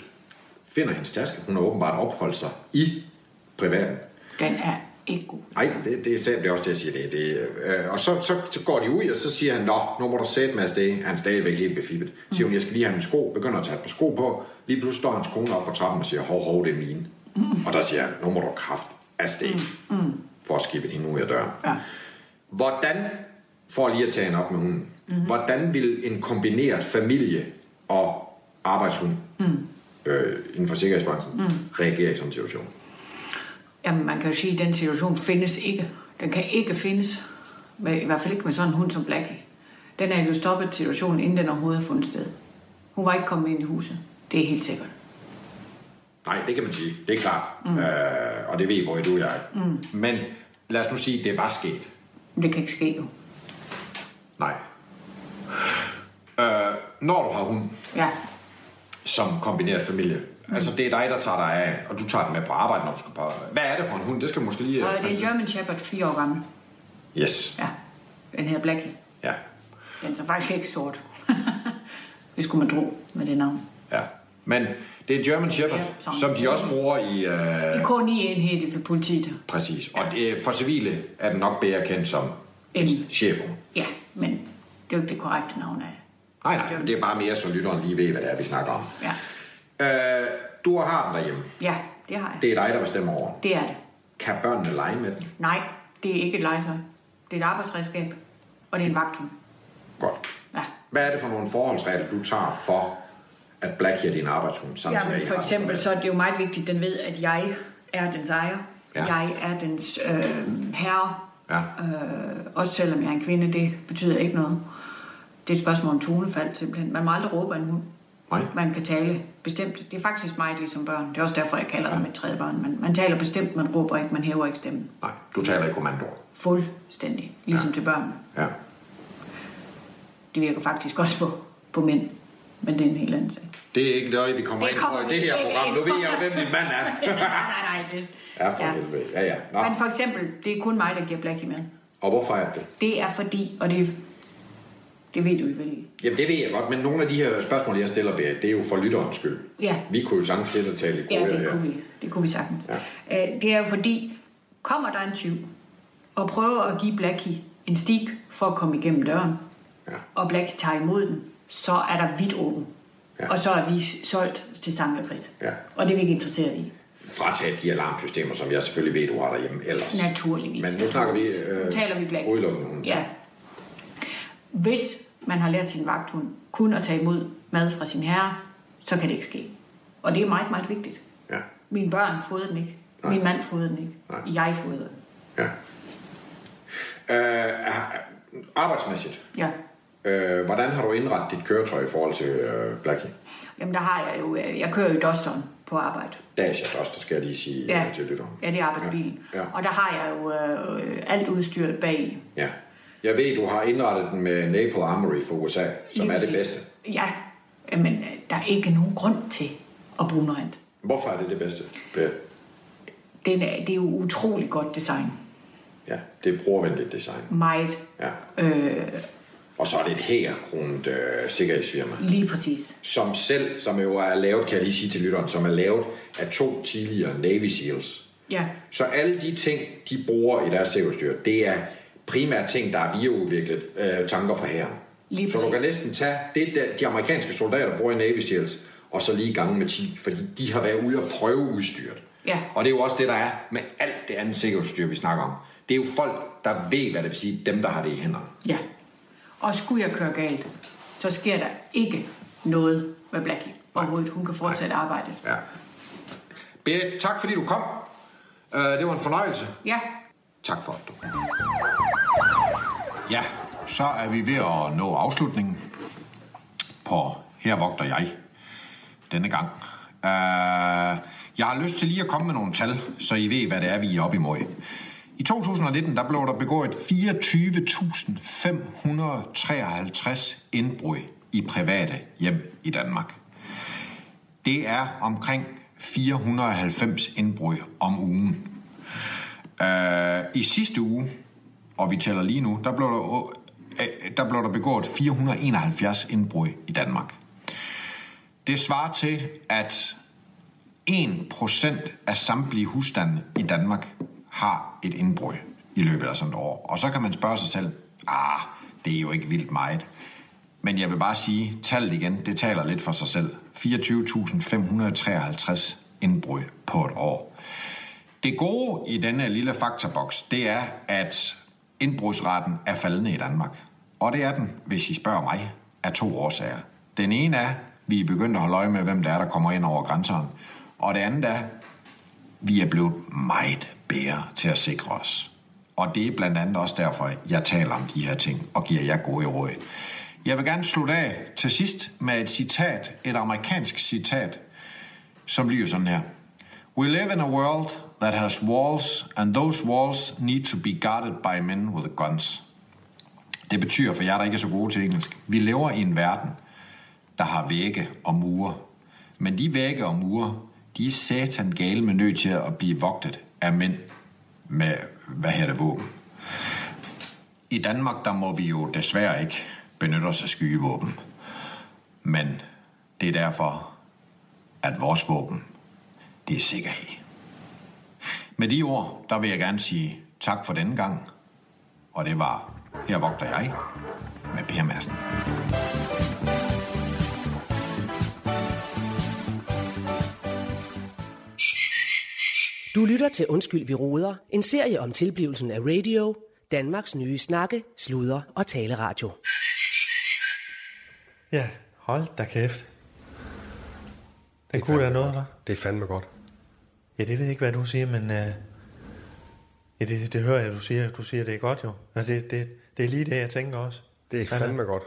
S4: finder hendes taske, hun har åbenbart opholdt sig i privaten.
S5: Den er ikke god.
S4: Nej, det, det er sandt, det er også det, jeg siger. Det, det, øh, og så, så, så går de ud, og så siger han, Nå, nu må du sætte med afsted. Han er stadigvæk helt befippet. Så siger hun, jeg skal lige have mine sko. Begynder at tage et par sko på. Lige pludselig står hans kone op på trappen og siger, hov, hov, det er mine. Mm. Og der siger han, nu må du kraft afsted. Mm. Mm. For at skibbe hende ud af døren.
S5: Ja.
S4: Hvordan, for lige at tage en op med hunden, mm. hvordan vil en kombineret familie og arbejdshund mm. øh, inden for sikkerhedsbranchen mm. reagere i sådan en situation?
S5: Jamen, man kan jo sige, at den situation findes ikke. Den kan ikke findes, med, i hvert fald ikke med sådan en hund som Blackie. Den er jo stoppet situationen, inden den overhovedet har fundet sted. Hun var ikke kommet ind i huset. Det er helt sikkert.
S4: Nej, det kan man sige. Det er klart. Mm. Øh, og det ved både du og jeg. Mm. Men lad os nu sige, at det var sket.
S5: Men det kan ikke ske jo.
S4: Nej. Øh, når du har hund
S5: Ja,
S4: som kombineret familie, mm. altså det er dig, der tager dig af, og du tager den med på arbejde, når du skal på arbejde. Hvad er det for en hund? Det skal måske lige... øh,
S5: og Øh, det er en German Shepherd, fire år gammel.
S4: Yes.
S5: Ja, den hedder Blackie.
S4: Ja.
S5: Den er så faktisk ikke sort. det skulle man tro med det navn.
S4: ja. Men det er en German Shepherd,
S5: Ja,
S4: ja,
S5: sådan.
S4: som de også bruger i... Øh,
S5: I K9-enhed for politiet.
S4: præcis. Og øh, for civile er den nok bedre kendt som en
S5: En-
S4: chefhund.
S5: Ja, men det er jo ikke det korrekte navn af.
S4: Nej, nej, men det er bare mere, så lytteren lige ved, hvad det er, vi snakker om.
S5: Ja,
S4: Øh, du har den derhjemme.
S5: ja det har jeg.
S4: Det er dig, der bestemmer over. den.
S5: Det er det.
S4: Kan børnene lege med den?
S5: Nej, det er ikke et legetøj. Det er et arbejdsredskab, og det er en vagthund.
S4: Godt.
S5: Ja.
S4: Hvad er det for nogle forholdsregler, du tager for, at Blackie er din arbejdshund samtidig
S5: Jamen,
S4: I
S5: for
S4: har
S5: eksempel,
S4: den?
S5: så er det jo meget vigtigt, at den ved, at jeg er dens ejer.
S4: Ja.
S5: Ja. Jeg er dens øh, herre.
S4: Ja.
S5: Øh, også selvom jeg er en kvinde, det betyder ikke noget. Det er et spørgsmål om tonefald simpelthen. Man må aldrig råbe af en hund.
S4: Nej.
S5: Man kan tale bestemt. Det er faktisk mig, det er som børn. Det er også derfor, jeg kalder dem et tredje barn. Man, man taler bestemt, man råber ikke, man hæver ikke stemmen.
S4: Nej, du taler i kommandoer.
S5: Fuldstændig. Ligesom ja. til børn.
S4: Ja.
S5: Det virker faktisk også på, på mænd. Men det er en helt anden sag.
S4: Det er ikke noget, vi kommer ind på i det her program. Nu ved jeg jo, hvem din mand er.
S5: nej, nej, nej. Det,
S4: Ja, for helvede. Ja, ja. Nå.
S5: Men for eksempel, det er kun mig, der giver Blackie mad.
S4: Og hvorfor er det?
S5: Det er fordi, og det, det ved du jo vel.
S4: Jamen, det ved jeg godt, men nogle af de her spørgsmål, jeg stiller, Berit, det er jo for lytterens skyld.
S5: Ja.
S4: Vi kunne jo sagtens sidde og tale i øh,
S5: Ja,
S4: koder
S5: det
S4: her.
S5: kunne vi, det kunne vi sagtens. Ja. Det er jo fordi, kommer der en tyv og prøver at give Blackie en stik for at komme igennem døren,
S4: Ja.
S5: og Blackie tager imod den, så er der vidt åben.
S4: Ja.
S5: Ja. Og så er vi solgt til Sankt Chris.
S4: Ja.
S5: Og det er vi ikke interesseret i.
S4: Fratage de alarmsystemer, som jeg selvfølgelig ved, du har derhjemme ellers.
S5: Naturligvis.
S4: Men nu snakker vi... Øh,
S5: Nu taler vi blankt.
S4: Udelukkende hunde.
S5: Ja. Hvis man har lært sin vagthund kun at tage imod mad fra sin herre, så kan det ikke ske. Og det er meget, meget vigtigt.
S4: Ja.
S5: Mine børn fodrede den ikke.
S4: Nej.
S5: Min mand fodrede den ikke.
S4: Nej.
S5: Jeg fodrede
S4: Ja.
S5: den.
S4: Øh, har- arbejdsmæssigt,
S5: Ja.
S4: øh, hvordan har du indrettet dit køretøj i forhold til øh, Blackie?
S5: Jamen, der har jeg jo... øh, Jeg kører jo Doston på arbejde.
S4: Dacia Duster, skal jeg lige sige
S5: Ja,
S4: øh, til lytteren.
S5: ja det er arbejdsbilen.
S4: Ja. Ja.
S5: Og der har jeg jo øh, alt udstyret bag.
S4: ja. Jeg ved, du har indrettet den med Naple Armory for USA, som er det bedste.
S5: Ja, men øh, der er ikke nogen grund til at bruge noget andet.
S4: Hvorfor er det det bedste? Berit?
S5: Den er, det er jo utrolig godt design.
S4: Ja, det er brugervenligt design.
S5: Meget.
S4: Ja.
S5: Øh,
S4: Og så er det et herkronet øh, sikkerhedsfirma,
S5: lige præcis.
S4: som selv, som jo er lavet, kan jeg lige sige til lytteren, som er lavet af to tidligere Navy Seals.
S5: Ja.
S4: Så alle de ting, de bruger i deres CO-styr, det er primært ting, der er videreudviklet øh, tanker fra herren.
S5: Lige
S4: så du
S5: præcis.
S4: kan næsten tage det, der, de amerikanske soldater bruger i Navy Seals, og så lige gange med 10, fordi de har været ude og prøve udstyret.
S5: Ja.
S4: Og det er jo også det, der er med alt det andet sikkerhedsudstyr, vi snakker om. Det er jo folk, der ved, hvad det vil sige, dem, der har det i hænderne.
S5: Ja. Og skulle jeg køre galt, så sker der ikke noget med Blackie overhovedet. Hun kan fortsætte arbejdet.
S4: Ja. Berit, tak fordi du kom. Uh, det var en fornøjelse.
S5: Ja.
S4: Tak for det. Ja, så er vi ved at nå afslutningen på Her vogter jeg denne gang. Uh, jeg har lyst til lige at komme med nogle tal, så I ved, hvad det er, vi er op imod. I 2019 der blev der begået 24.553 indbrud i private hjem i Danmark. Det er omkring 490 indbrud om ugen. Øh, I sidste uge, og vi tæller lige nu, der blev der, øh, der, blev der begået 471 indbrud i Danmark. Det svarer til, at 1% af samtlige husstande i Danmark har et indbrud i løbet af sådan et år. Og så kan man spørge sig selv, ah, det er jo ikke vildt meget. Men jeg vil bare sige, tallet igen, det taler lidt for sig selv. 24.553 indbrud på et år. Det gode i denne lille faktaboks, det er, at indbrudsraten er faldende i Danmark. Og det er den, hvis I spørger mig, af to årsager. Den ene er, vi er begyndt at holde øje med, hvem det er, der kommer ind over grænserne. Og det andet er, vi er blevet meget bedre til at sikre os. Og det er blandt andet også derfor, jeg taler om de her ting og giver jer gode råd. Jeg vil gerne slutte af til sidst med et citat, et amerikansk citat, som lyder sådan her. We live in a world that has walls, and those walls need to be guarded by men with guns. Det betyder for jer, der ikke er så gode til engelsk, vi lever i en verden, der har vægge og mure. Men de vægge og mure, de er satan gale med nødt til at blive vogtet af mænd med, hvad her det, våben. I Danmark, der må vi jo desværre ikke benytte os af skyvåben. Men det er derfor, at vores våben, det er sikkerhed. Med de ord, der vil jeg gerne sige tak for denne gang. Og det var Her vogter jeg med Per Madsen.
S1: Du lytter til Undskyld, vi roder, en serie om tilblivelsen af radio, Danmarks nye snakke, sludder og taleradio.
S2: Ja, hold da kæft. Den
S3: Det
S2: kunne da
S3: kan man
S2: noget,
S3: godt.
S2: eller?
S3: Det er fandme godt.
S2: Ja, det ved jeg ikke, hvad du siger, men... Uh... Ja, det, det hører jeg, du siger. Du siger, det er godt jo. Altså, det, det, det er lige det, jeg tænker også.
S3: Det er
S2: Han er-
S3: fandme godt.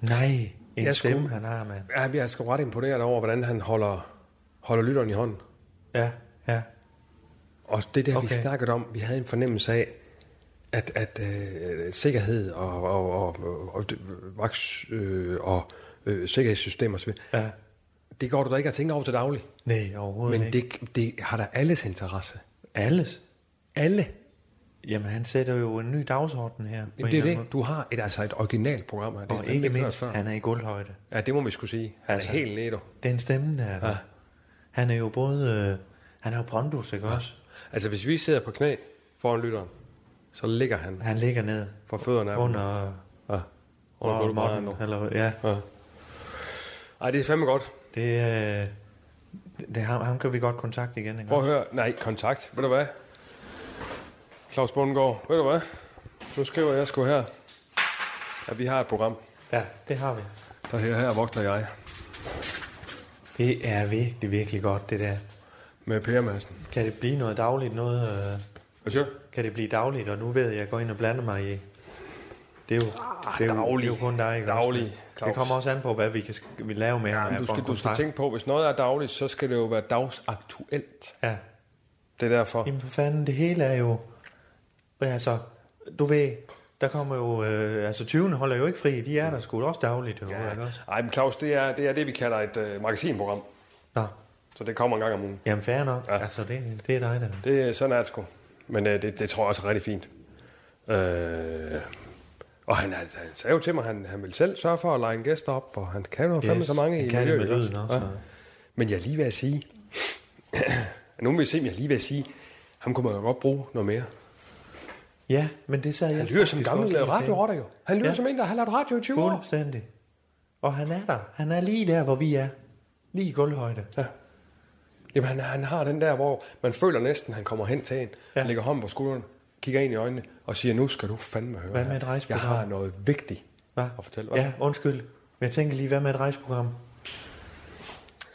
S2: Nej, en jeg
S3: Jeg
S2: stemme,
S3: skulle-
S2: han har, mand.
S3: Ja, jeg er sgu ret imponeret over, hvordan han holder, holder lytteren i hånden.
S2: Ja, ja.
S3: Og det der, okay. vi
S2: Okay.
S3: snakkede om, vi havde en fornemmelse af, at, at øh, sikkerhed og, og, og, og, og, vaks, øh, og øh, sikkerhedssystemer osv.,
S2: Ja.
S3: det går du da ikke at tænke over til daglig.
S2: Nej, overhovedet
S3: Men
S2: ikke.
S3: det, det har da alles interesse.
S2: Alles.
S3: Alle.
S2: Jamen, han sætter jo en ny dagsorden her. på en
S3: Jamen, det er
S2: eller anden
S3: det. Du har et, altså et originalt program her. Det
S2: måde.
S3: er
S2: Og
S3: fandme
S2: ikke
S3: hørt
S2: mindst,
S3: før.
S2: han er i guldhøjde.
S3: Ja, det må vi skulle sige. Han
S2: Altså.
S3: er helt nedo.
S2: Den stemme der. Ja.
S3: Ja.
S2: Han er jo både... Øh, han er jo pondus, ikke også?
S3: Altså, hvis vi sidder på knæ foran lytteren, så ligger han
S2: Han ligger ned
S3: for fødderne af dem.
S2: under...
S3: Ja. Under
S2: Under
S3: gulvbrædderne
S2: modden,
S3: nu.
S2: eller, ja,
S3: Ja. Ej, det er fandme godt.
S2: det, øh, det, det ham, ham kan vi godt kontakte igen. Ikke?
S3: Prøv at høre. Nej, kontakt. Ved du hvad? Claus Bundgaard, ved du hvad? Nu skriver jeg sgu her, at vi har et program,
S2: Ja, det har vi.
S3: der her, her vogter jeg
S2: Det er virkelig, virkelig godt, det der.
S3: med Per Madsen.
S2: Kan det blive noget dagligt? Noget, øh,
S3: Hvad siger du?
S2: kan det blive dagligt? Og nu ved jeg, at jeg går ind og blander mig i... Det er jo, det er jo, det er jo
S3: Ah, daglig.
S2: kun dig, ikke også?
S3: Daglig,
S2: Det
S3: Claus.
S2: kommer også an på, hvad vi kan sk- vi lave med ham
S3: Ja,
S2: her
S3: du
S2: for
S3: skal,
S2: en
S3: du skal
S2: kontrakt.
S3: tænke på, hvis noget er dagligt, så skal det jo være dagsaktuelt.
S2: Ja.
S3: Det er derfor.
S2: Jamen for fanden, det hele er jo... Altså, du ved, der kommer jo... Øh, altså, 20'erne holder jo ikke fri. De
S3: Mm.
S2: er der sgu også dagligt, jo. Ja. Ikke også?
S3: Ej, men Claus, det er det, er det vi kalder et øh, magasinprogram.
S2: Nå,
S3: Så det kommer en gang om ugen.
S2: jamen fair nok. Ja.
S3: Ja.
S2: Altså, det, det er dig, der...
S3: Det, øh, sådan er det sgu. Men øh, det, det tror jeg også er rigtig fint. Øh, og han, han, han sagde jo til mig, at han, han ville selv sørge for at lege en gæst op, og han kan jo yes, fandme så mange
S2: han
S3: i
S2: kan det
S3: miljøet.
S2: med
S3: ikke
S2: lyden også, og-
S3: Men jeg er lige ved at sige... nu må vi se, om jeg er lige ved at sige... Ham kunne man jo godt bruge noget mere.
S2: Ja, men det sagde jeg...
S3: Han lyder som en
S2: faktisk
S3: gammel
S2: også lige
S3: øh,
S2: og tænkte.
S3: radiorotter jo. Han lyder
S2: Ja.
S3: ja. som en, der har lavet radio i 20 år.
S2: Fuldstændig. Og han er der. Han er lige der, hvor vi er. Lige i gulvhøjde.
S3: Ja. Jamen, han, han har den der, hvor man føler næsten, han kommer hen til en,
S2: Ja.
S3: ja. lægger hånden på skulderen, kigger ind i øjnene og siger, nu skal du fandme høre
S2: Hvad med
S3: her.
S2: et
S3: Jeg
S2: rejseprogram?
S3: har noget vigtigt
S2: Hva?
S3: at fortælle. Hvad?
S2: Ja, undskyld. Men jeg tænker lige, hvad med et rejseprogram? Ja.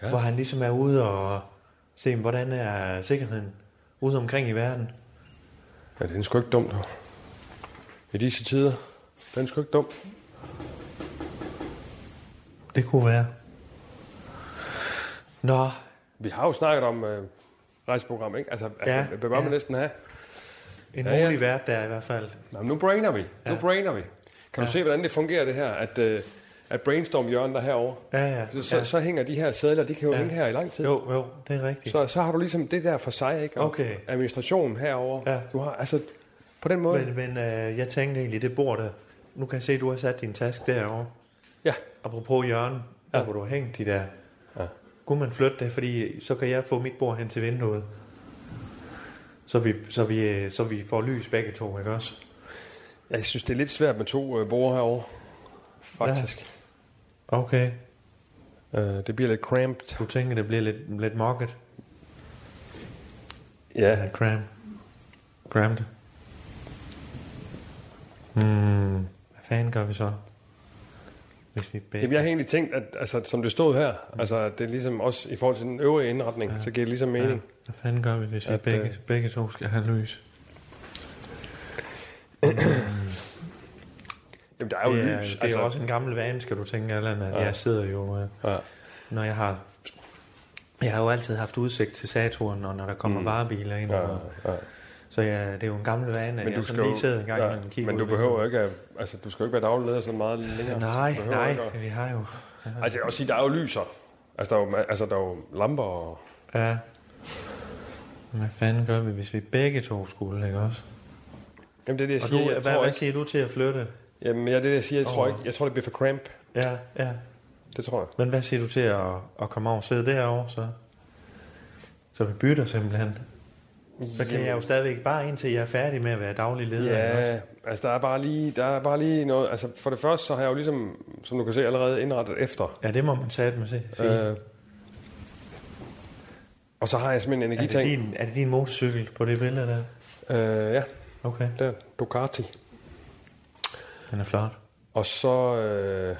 S3: Ja.
S2: Hvor han ligesom er ude og se, hvordan er sikkerheden ude omkring i verden.
S3: ja, det er sgu ikke dumt. hva? I disse tider, den er sgu ikke dumt.
S2: Det kunne være. Nå,
S3: Vi har jo snakket om øh, rejseprogram, ikke? Altså,
S2: Ja,
S3: ja, hvad bør ja.
S2: ja.
S3: man næsten have?
S2: en
S3: Ja,
S2: ja,
S3: ja.
S2: mulig vært der i hvert fald.
S3: Nå, men nu brainer vi. Ja. Nu brainer vi. Kan ja. du se, hvordan det fungerer det her, at, øh, at brainstorm hjørnet er herovre?
S2: Ja, ja,
S3: Så, så,
S2: ja.
S3: så hænger de her sædler, de kan jo ja. hænge her i lang tid.
S2: Jo, jo, det er rigtigt.
S3: Så, så har du ligesom det der for sig, ikke? Og
S2: Okay.
S3: administrationen herover.
S2: Ja.
S3: Du har, altså, på den måde.
S2: Men, men øh, jeg tænkte egentlig, det bord der. Nu kan jeg se, at du har sat din task derovre.
S3: ja.
S2: Apropos hjørnen, ja. der
S3: Ja.
S2: hvor du har hængt de der.
S3: Ja.
S2: Kunne man flytte det, fordi så kan jeg få mit bord hen til vinduet. Så vi, så vi, øh, så vi får lys begge to, ikke også?
S3: Jeg synes, det er lidt svært med to øh, borer herover. Faktisk.
S2: Okay.
S3: Ja. Øh, det bliver lidt cramped.
S2: Du tænker, det bliver lidt, lidt mokket?
S3: Ja.
S2: Cram. Crammed. Hmm. Hvad fanden gør vi så? Hvis vi begge...
S3: Jamen, jeg har egentlig tænkt, at altså, som det stod her, altså, at det er ligesom også i forhold til den øvrige indretning, ja. så giver det ligesom mening.
S2: Ja, hvad fanden gør vi, hvis vi
S3: At,
S2: begge,
S3: øh,
S2: begge to skal have lys?
S3: Jamen, der er jo
S2: det er,
S3: lys. altså.
S2: Det er jo også en gammel vane, skal du tænke, Allan, at ja.
S3: Ja.
S2: jeg sidder jo, øh,
S3: Ja.
S2: når jeg har... Jeg har jo altid haft udsigt til Saturn, og når der kommer mm. varebiler ind.
S3: Ja,
S2: Og,
S3: ja.
S2: så ja, det er jo en gammel vane, at jeg
S3: Men du
S2: sådan
S3: skal
S2: lige sidder en gang, ja,
S3: ja,
S2: og kigger
S3: men
S2: ud
S3: du
S2: i
S3: behøver
S2: vinduet.
S3: jo ikke, at- altså, du skal jo ikke være daglig leder så meget længere. Du
S2: Nej,
S3: behøver
S2: nej,
S3: ikke at-
S2: vi har jo...
S3: Altså, jeg vil også sige, der er jo lyser. Altså, der er jo, ma- altså, der er jo lamper og...
S2: Ja. Men Hvad fanden gør vi, hvis vi begge to skulle, ikke også?
S3: Jamen, det er det, jeg
S2: Og du,
S3: siger. jeg
S2: hvad,
S3: tror
S2: hvad
S3: ikke.
S2: siger du til at flytte?
S3: Jamen, ja, det er det, jeg siger. Jeg tror
S2: Åh.
S3: ikke. Jeg tror, det bliver for cramp.
S2: Ja, ja.
S3: Det tror jeg.
S2: Men hvad siger du til at, at komme over og sidde derovre, så? Så vi bytter simpelthen. Så kan jeg jo stadigvæk bare indtil jeg er færdig med at være daglig leder. ikke også?
S3: Ja, altså, der er, bare lige, der er bare lige noget... Altså, for det første, så har jeg jo ligesom, som du kan se, allerede indrettet efter.
S2: ja det må man tage med se. Øh,
S3: Øh, og så har jeg simpelthen en
S2: er, det
S3: energitank.
S2: din, er det din motorcykel på det billede der?
S3: Øh, ja,
S2: Okay,
S3: der er Ducati.
S2: den er flot.
S3: Og så, øh,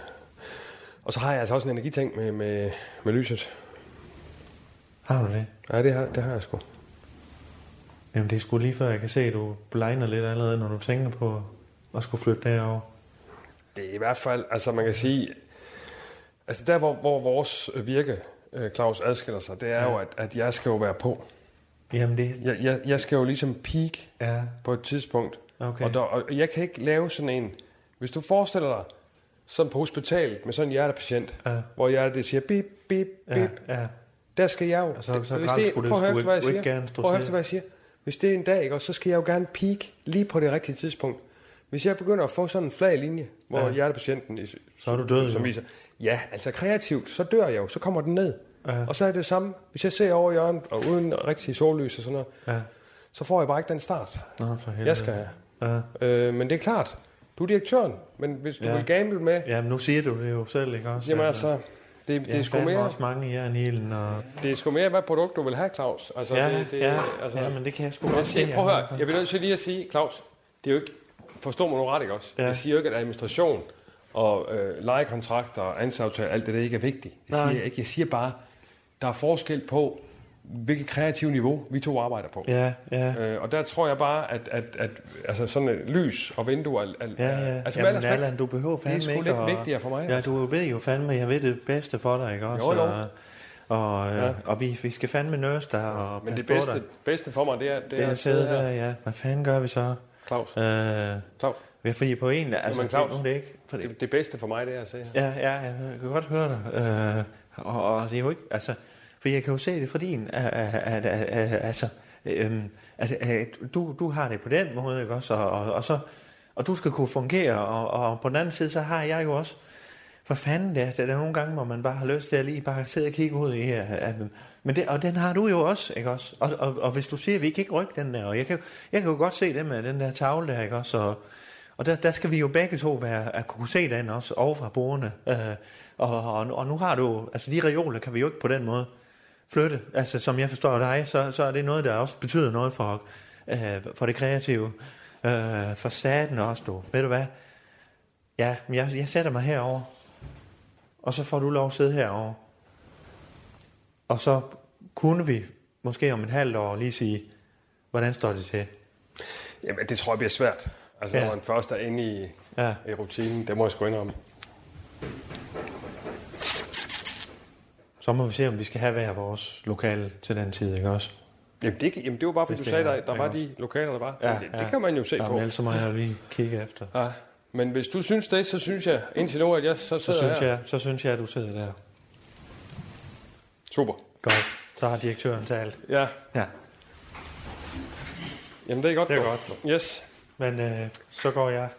S3: og så har jeg altså også en energitank med, med, med lyset.
S2: Har du det?
S3: Ja, det har, det har jeg sgu.
S2: Jamen det er sgu lige før jeg kan se, at du blegner lidt allerede, når du tænker på at skulle flytte derover.
S3: Det er i hvert fald, altså man kan sige, altså der hvor, hvor vores øh, virke, øh, Claus, adskiller sig, det er jo, at, at jeg skal jo være på.
S2: Jamen det...
S3: Jeg, jeg, jeg skal jo ligesom peak
S2: Ja,
S3: på et tidspunkt.
S2: Okay.
S3: Og, der, og jeg kan ikke lave sådan en, hvis du forestiller dig, sådan på hospitalet med sådan en hjertepatient,
S2: Ja.
S3: hvor hjertet siger bip, bip, bip,
S2: ja, ja.
S3: Der skal jeg jo...
S2: Og så- så
S3: hvis
S2: Karl
S3: det,
S2: skulle det-
S3: prøv at
S2: skulle
S3: høre efter, hvad jeg
S2: ikke-
S3: siger.
S2: ikke gerne stå
S3: Prøv at høre
S2: til.
S3: efter, hvad jeg siger. Hvis det er en dag, ikke, også, så skal jeg jo gerne peak lige på det rigtige tidspunkt. Hvis jeg begynder at få sådan en flad linje, hvor
S2: Ja.
S3: ja. hjertepatienten i-
S2: Så er du død
S3: som
S2: jo.
S3: viser, ja, altså kreativt, så dør jeg jo, så kommer den ned.
S2: Ja.
S3: Ja. Og så er det samme, hvis jeg ser over hjørnet, og uden rigtig sollys og sådan noget,
S2: Ja.
S3: så får jeg bare ikke den start,
S2: Nå, for helvede.
S3: jeg skal have.
S2: Ja.
S3: Øh, men det er klart, du er direktøren, men hvis du
S2: Ja.
S3: ja. vil gamble med,
S2: Jamen nu siger du det jo selv, ikke også?
S3: jamen
S2: Ja.
S3: altså, det, det
S2: Ja,
S3: er sgu
S2: fandme
S3: mere,
S2: også mange jern i ilden. Og...
S3: det er sgu mere, hvad produkt du vil have, Claus. Altså,
S2: Ja,
S3: det, det,
S2: ja,
S3: altså,
S2: ja, men det kan jeg sgu
S3: Men
S2: godt
S3: jeg
S2: se. altså.
S3: siger, prøv at høre, jeg bliver nødt til lige at sige, Claus, det er jo ikke, forstår mig nu ret, ikke også?
S2: Ja.
S3: Ja. Jeg siger jo ikke, at administration og øh, lejekontrakter og ansatsaftale, alt det der ikke er vigtigt. Det
S2: Nej.
S3: siger jeg ikke. Jeg siger bare, der er forskel på, hvilket kreativt niveau vi to arbejder på.
S2: Ja, ja.
S3: Øh, og der tror jeg bare, at, at, at altså sådan et lys og vinduer... Al, al,
S2: Ja, ja.
S3: Altså,
S2: Jamen,
S3: med al
S2: Allan,
S3: respekt,
S2: du behøver
S3: det er
S2: fandme
S3: sgu
S2: ikke
S3: lidt
S2: at-
S3: vigtigere for mig.
S2: Ja, du ved jo fandme, jeg ved det bedste for dig, ikke også?
S3: altså. Jo, jo.
S2: Og, og, ja.
S3: Ja.
S2: og vi, vi skal fandme nørste dig og
S3: Men
S2: passe
S3: det
S2: på
S3: bedste,
S2: dig.
S3: bedste for mig, det er, det
S2: det
S3: er
S2: er
S3: at sidde
S2: sæde
S3: her.
S2: der, ja. Hvad fanden gør vi så?
S3: Claus,
S2: Øh,
S3: Claus
S2: ja, fordi på en... Altså,
S3: Jamen, Claus,
S2: det, nu er det ikke, for det,
S3: det, det bedste for mig, det er at sidde her.
S2: Ja, ja, ja, jeg kan godt høre dig. Øh, og, og det er jo ikke, altså, for jeg kan jo se det for din, at, at, at, at, altså, øhm, at, at du, du har det på den måde, ikke også? Og, og, og, så, og du skal kunne fungere, og, og på den anden side, så har jeg jo også, for fanden det er, der er nogle gange, hvor man bare har lyst til at lige bare sidde og kigge ud i her. At, men det, og den har du jo også, ikke også? Og, og, og hvis du siger, at vi kan ikke rykke den der, og jeg kan, jeg kan jo godt se det med den der tavle der, ikke også? Og, Og der, der skal vi jo begge to være at kunne se den også over fra bordene. Øh, og, og, og nu har du, altså de reoler kan vi jo ikke på den måde flytte. Altså som jeg forstår dig, så, så er det noget, der også betyder noget for, øh, for det kreative. Øh, for staten også, du. Ved du hvad? Ja, men jeg, jeg sætter mig herover og så får du lov at sidde herovre. Og så kunne vi måske om en halv år lige sige, hvordan står det til?
S3: Jamen, det tror jeg bliver svært. Altså,
S2: Ja.
S3: ja. når man først er inde i,
S2: Ja.
S3: ja. i rutinen, det må jeg sgu indrømme.
S2: Så må vi se, om vi skal have hver vores lokale til den tid, ikke også?
S3: Jamen, det, jamen, det var bare, fordi
S2: Hvis
S3: du
S2: det
S3: sagde,
S2: er-
S3: der, der
S2: ikke
S3: var
S2: også?
S3: de lokaler, der var. Ja, det, det kan man jo se
S2: Jamen,
S3: på.
S2: Ellers så må jeg jo lige kigge efter.
S3: Ja. Men hvis du synes det, så synes jeg indtil nu, at jeg
S2: Så
S3: så sidder
S2: synes,
S3: her.
S2: jeg, så synes jeg, at du sidder der.
S3: Super.
S2: Godt. Så har direktøren talt.
S3: Ja,
S2: Ja.
S3: jamen det er godt.
S2: Det er
S3: du.
S2: godt,
S3: Yes.
S2: Men øh, så går jeg.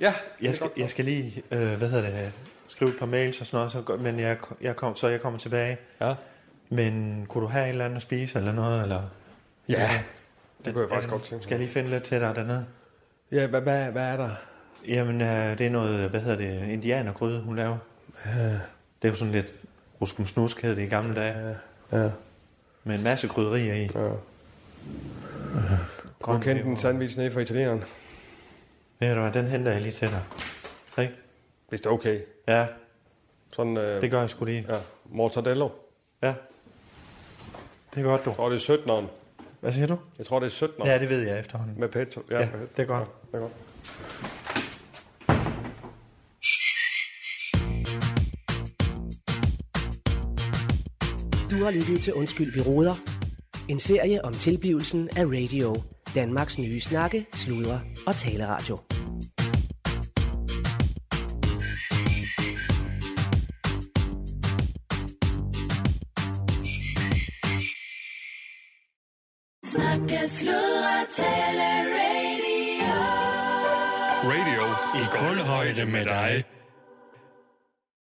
S3: Ja,
S2: Jeg skal, jeg skal lige, øh, hvad hedder det, skrive et par mails og sådan noget, så, går- men jeg, jeg kom, så jeg kommer tilbage.
S3: Ja.
S2: Men kunne du have et eller andet at spise eller noget? Eller?
S3: Ja, det kunne jeg faktisk
S2: Ja,
S3: godt tænke mig.
S2: Skal jeg lige finde lidt til dig dernede?
S3: Ja, hvad, hvad, hvad er der?
S2: Jamen, øh, det er noget, hvad hedder det, indianergryde, hun laver.
S3: Øh.
S2: Det er jo sådan lidt ruskum snusk, hed det i gamle dage.
S3: Ja.
S2: Med en masse krydderier i.
S3: ja. Du
S2: Grøn
S3: kendte en
S2: peber.
S3: sandwich nede fra italieneren.
S2: Ved du hvad, den henter jeg lige til dig. Ikke?
S3: Hvis det er okay.
S2: Ja,
S3: Sådan, øh,
S2: det gør jeg sgu lige.
S3: ja, mortadello.
S2: Ja. Det er godt, du.
S3: Jeg tror, det er 17
S2: Hvad siger du?
S3: Jeg tror, det er 17
S2: Ja, det ved jeg efterhånden.
S3: Med petto.
S2: Ja,
S3: med
S2: det er godt.
S3: Ja, det er godt.
S1: Du har lyttet til Undskyld, vi råder. En serie om tilblivelsen af radio. Danmarks nye snakke, sludre og taleradio.
S6: Snakke, sludre, tale, radio.
S7: Radio i kulhøjde med dig.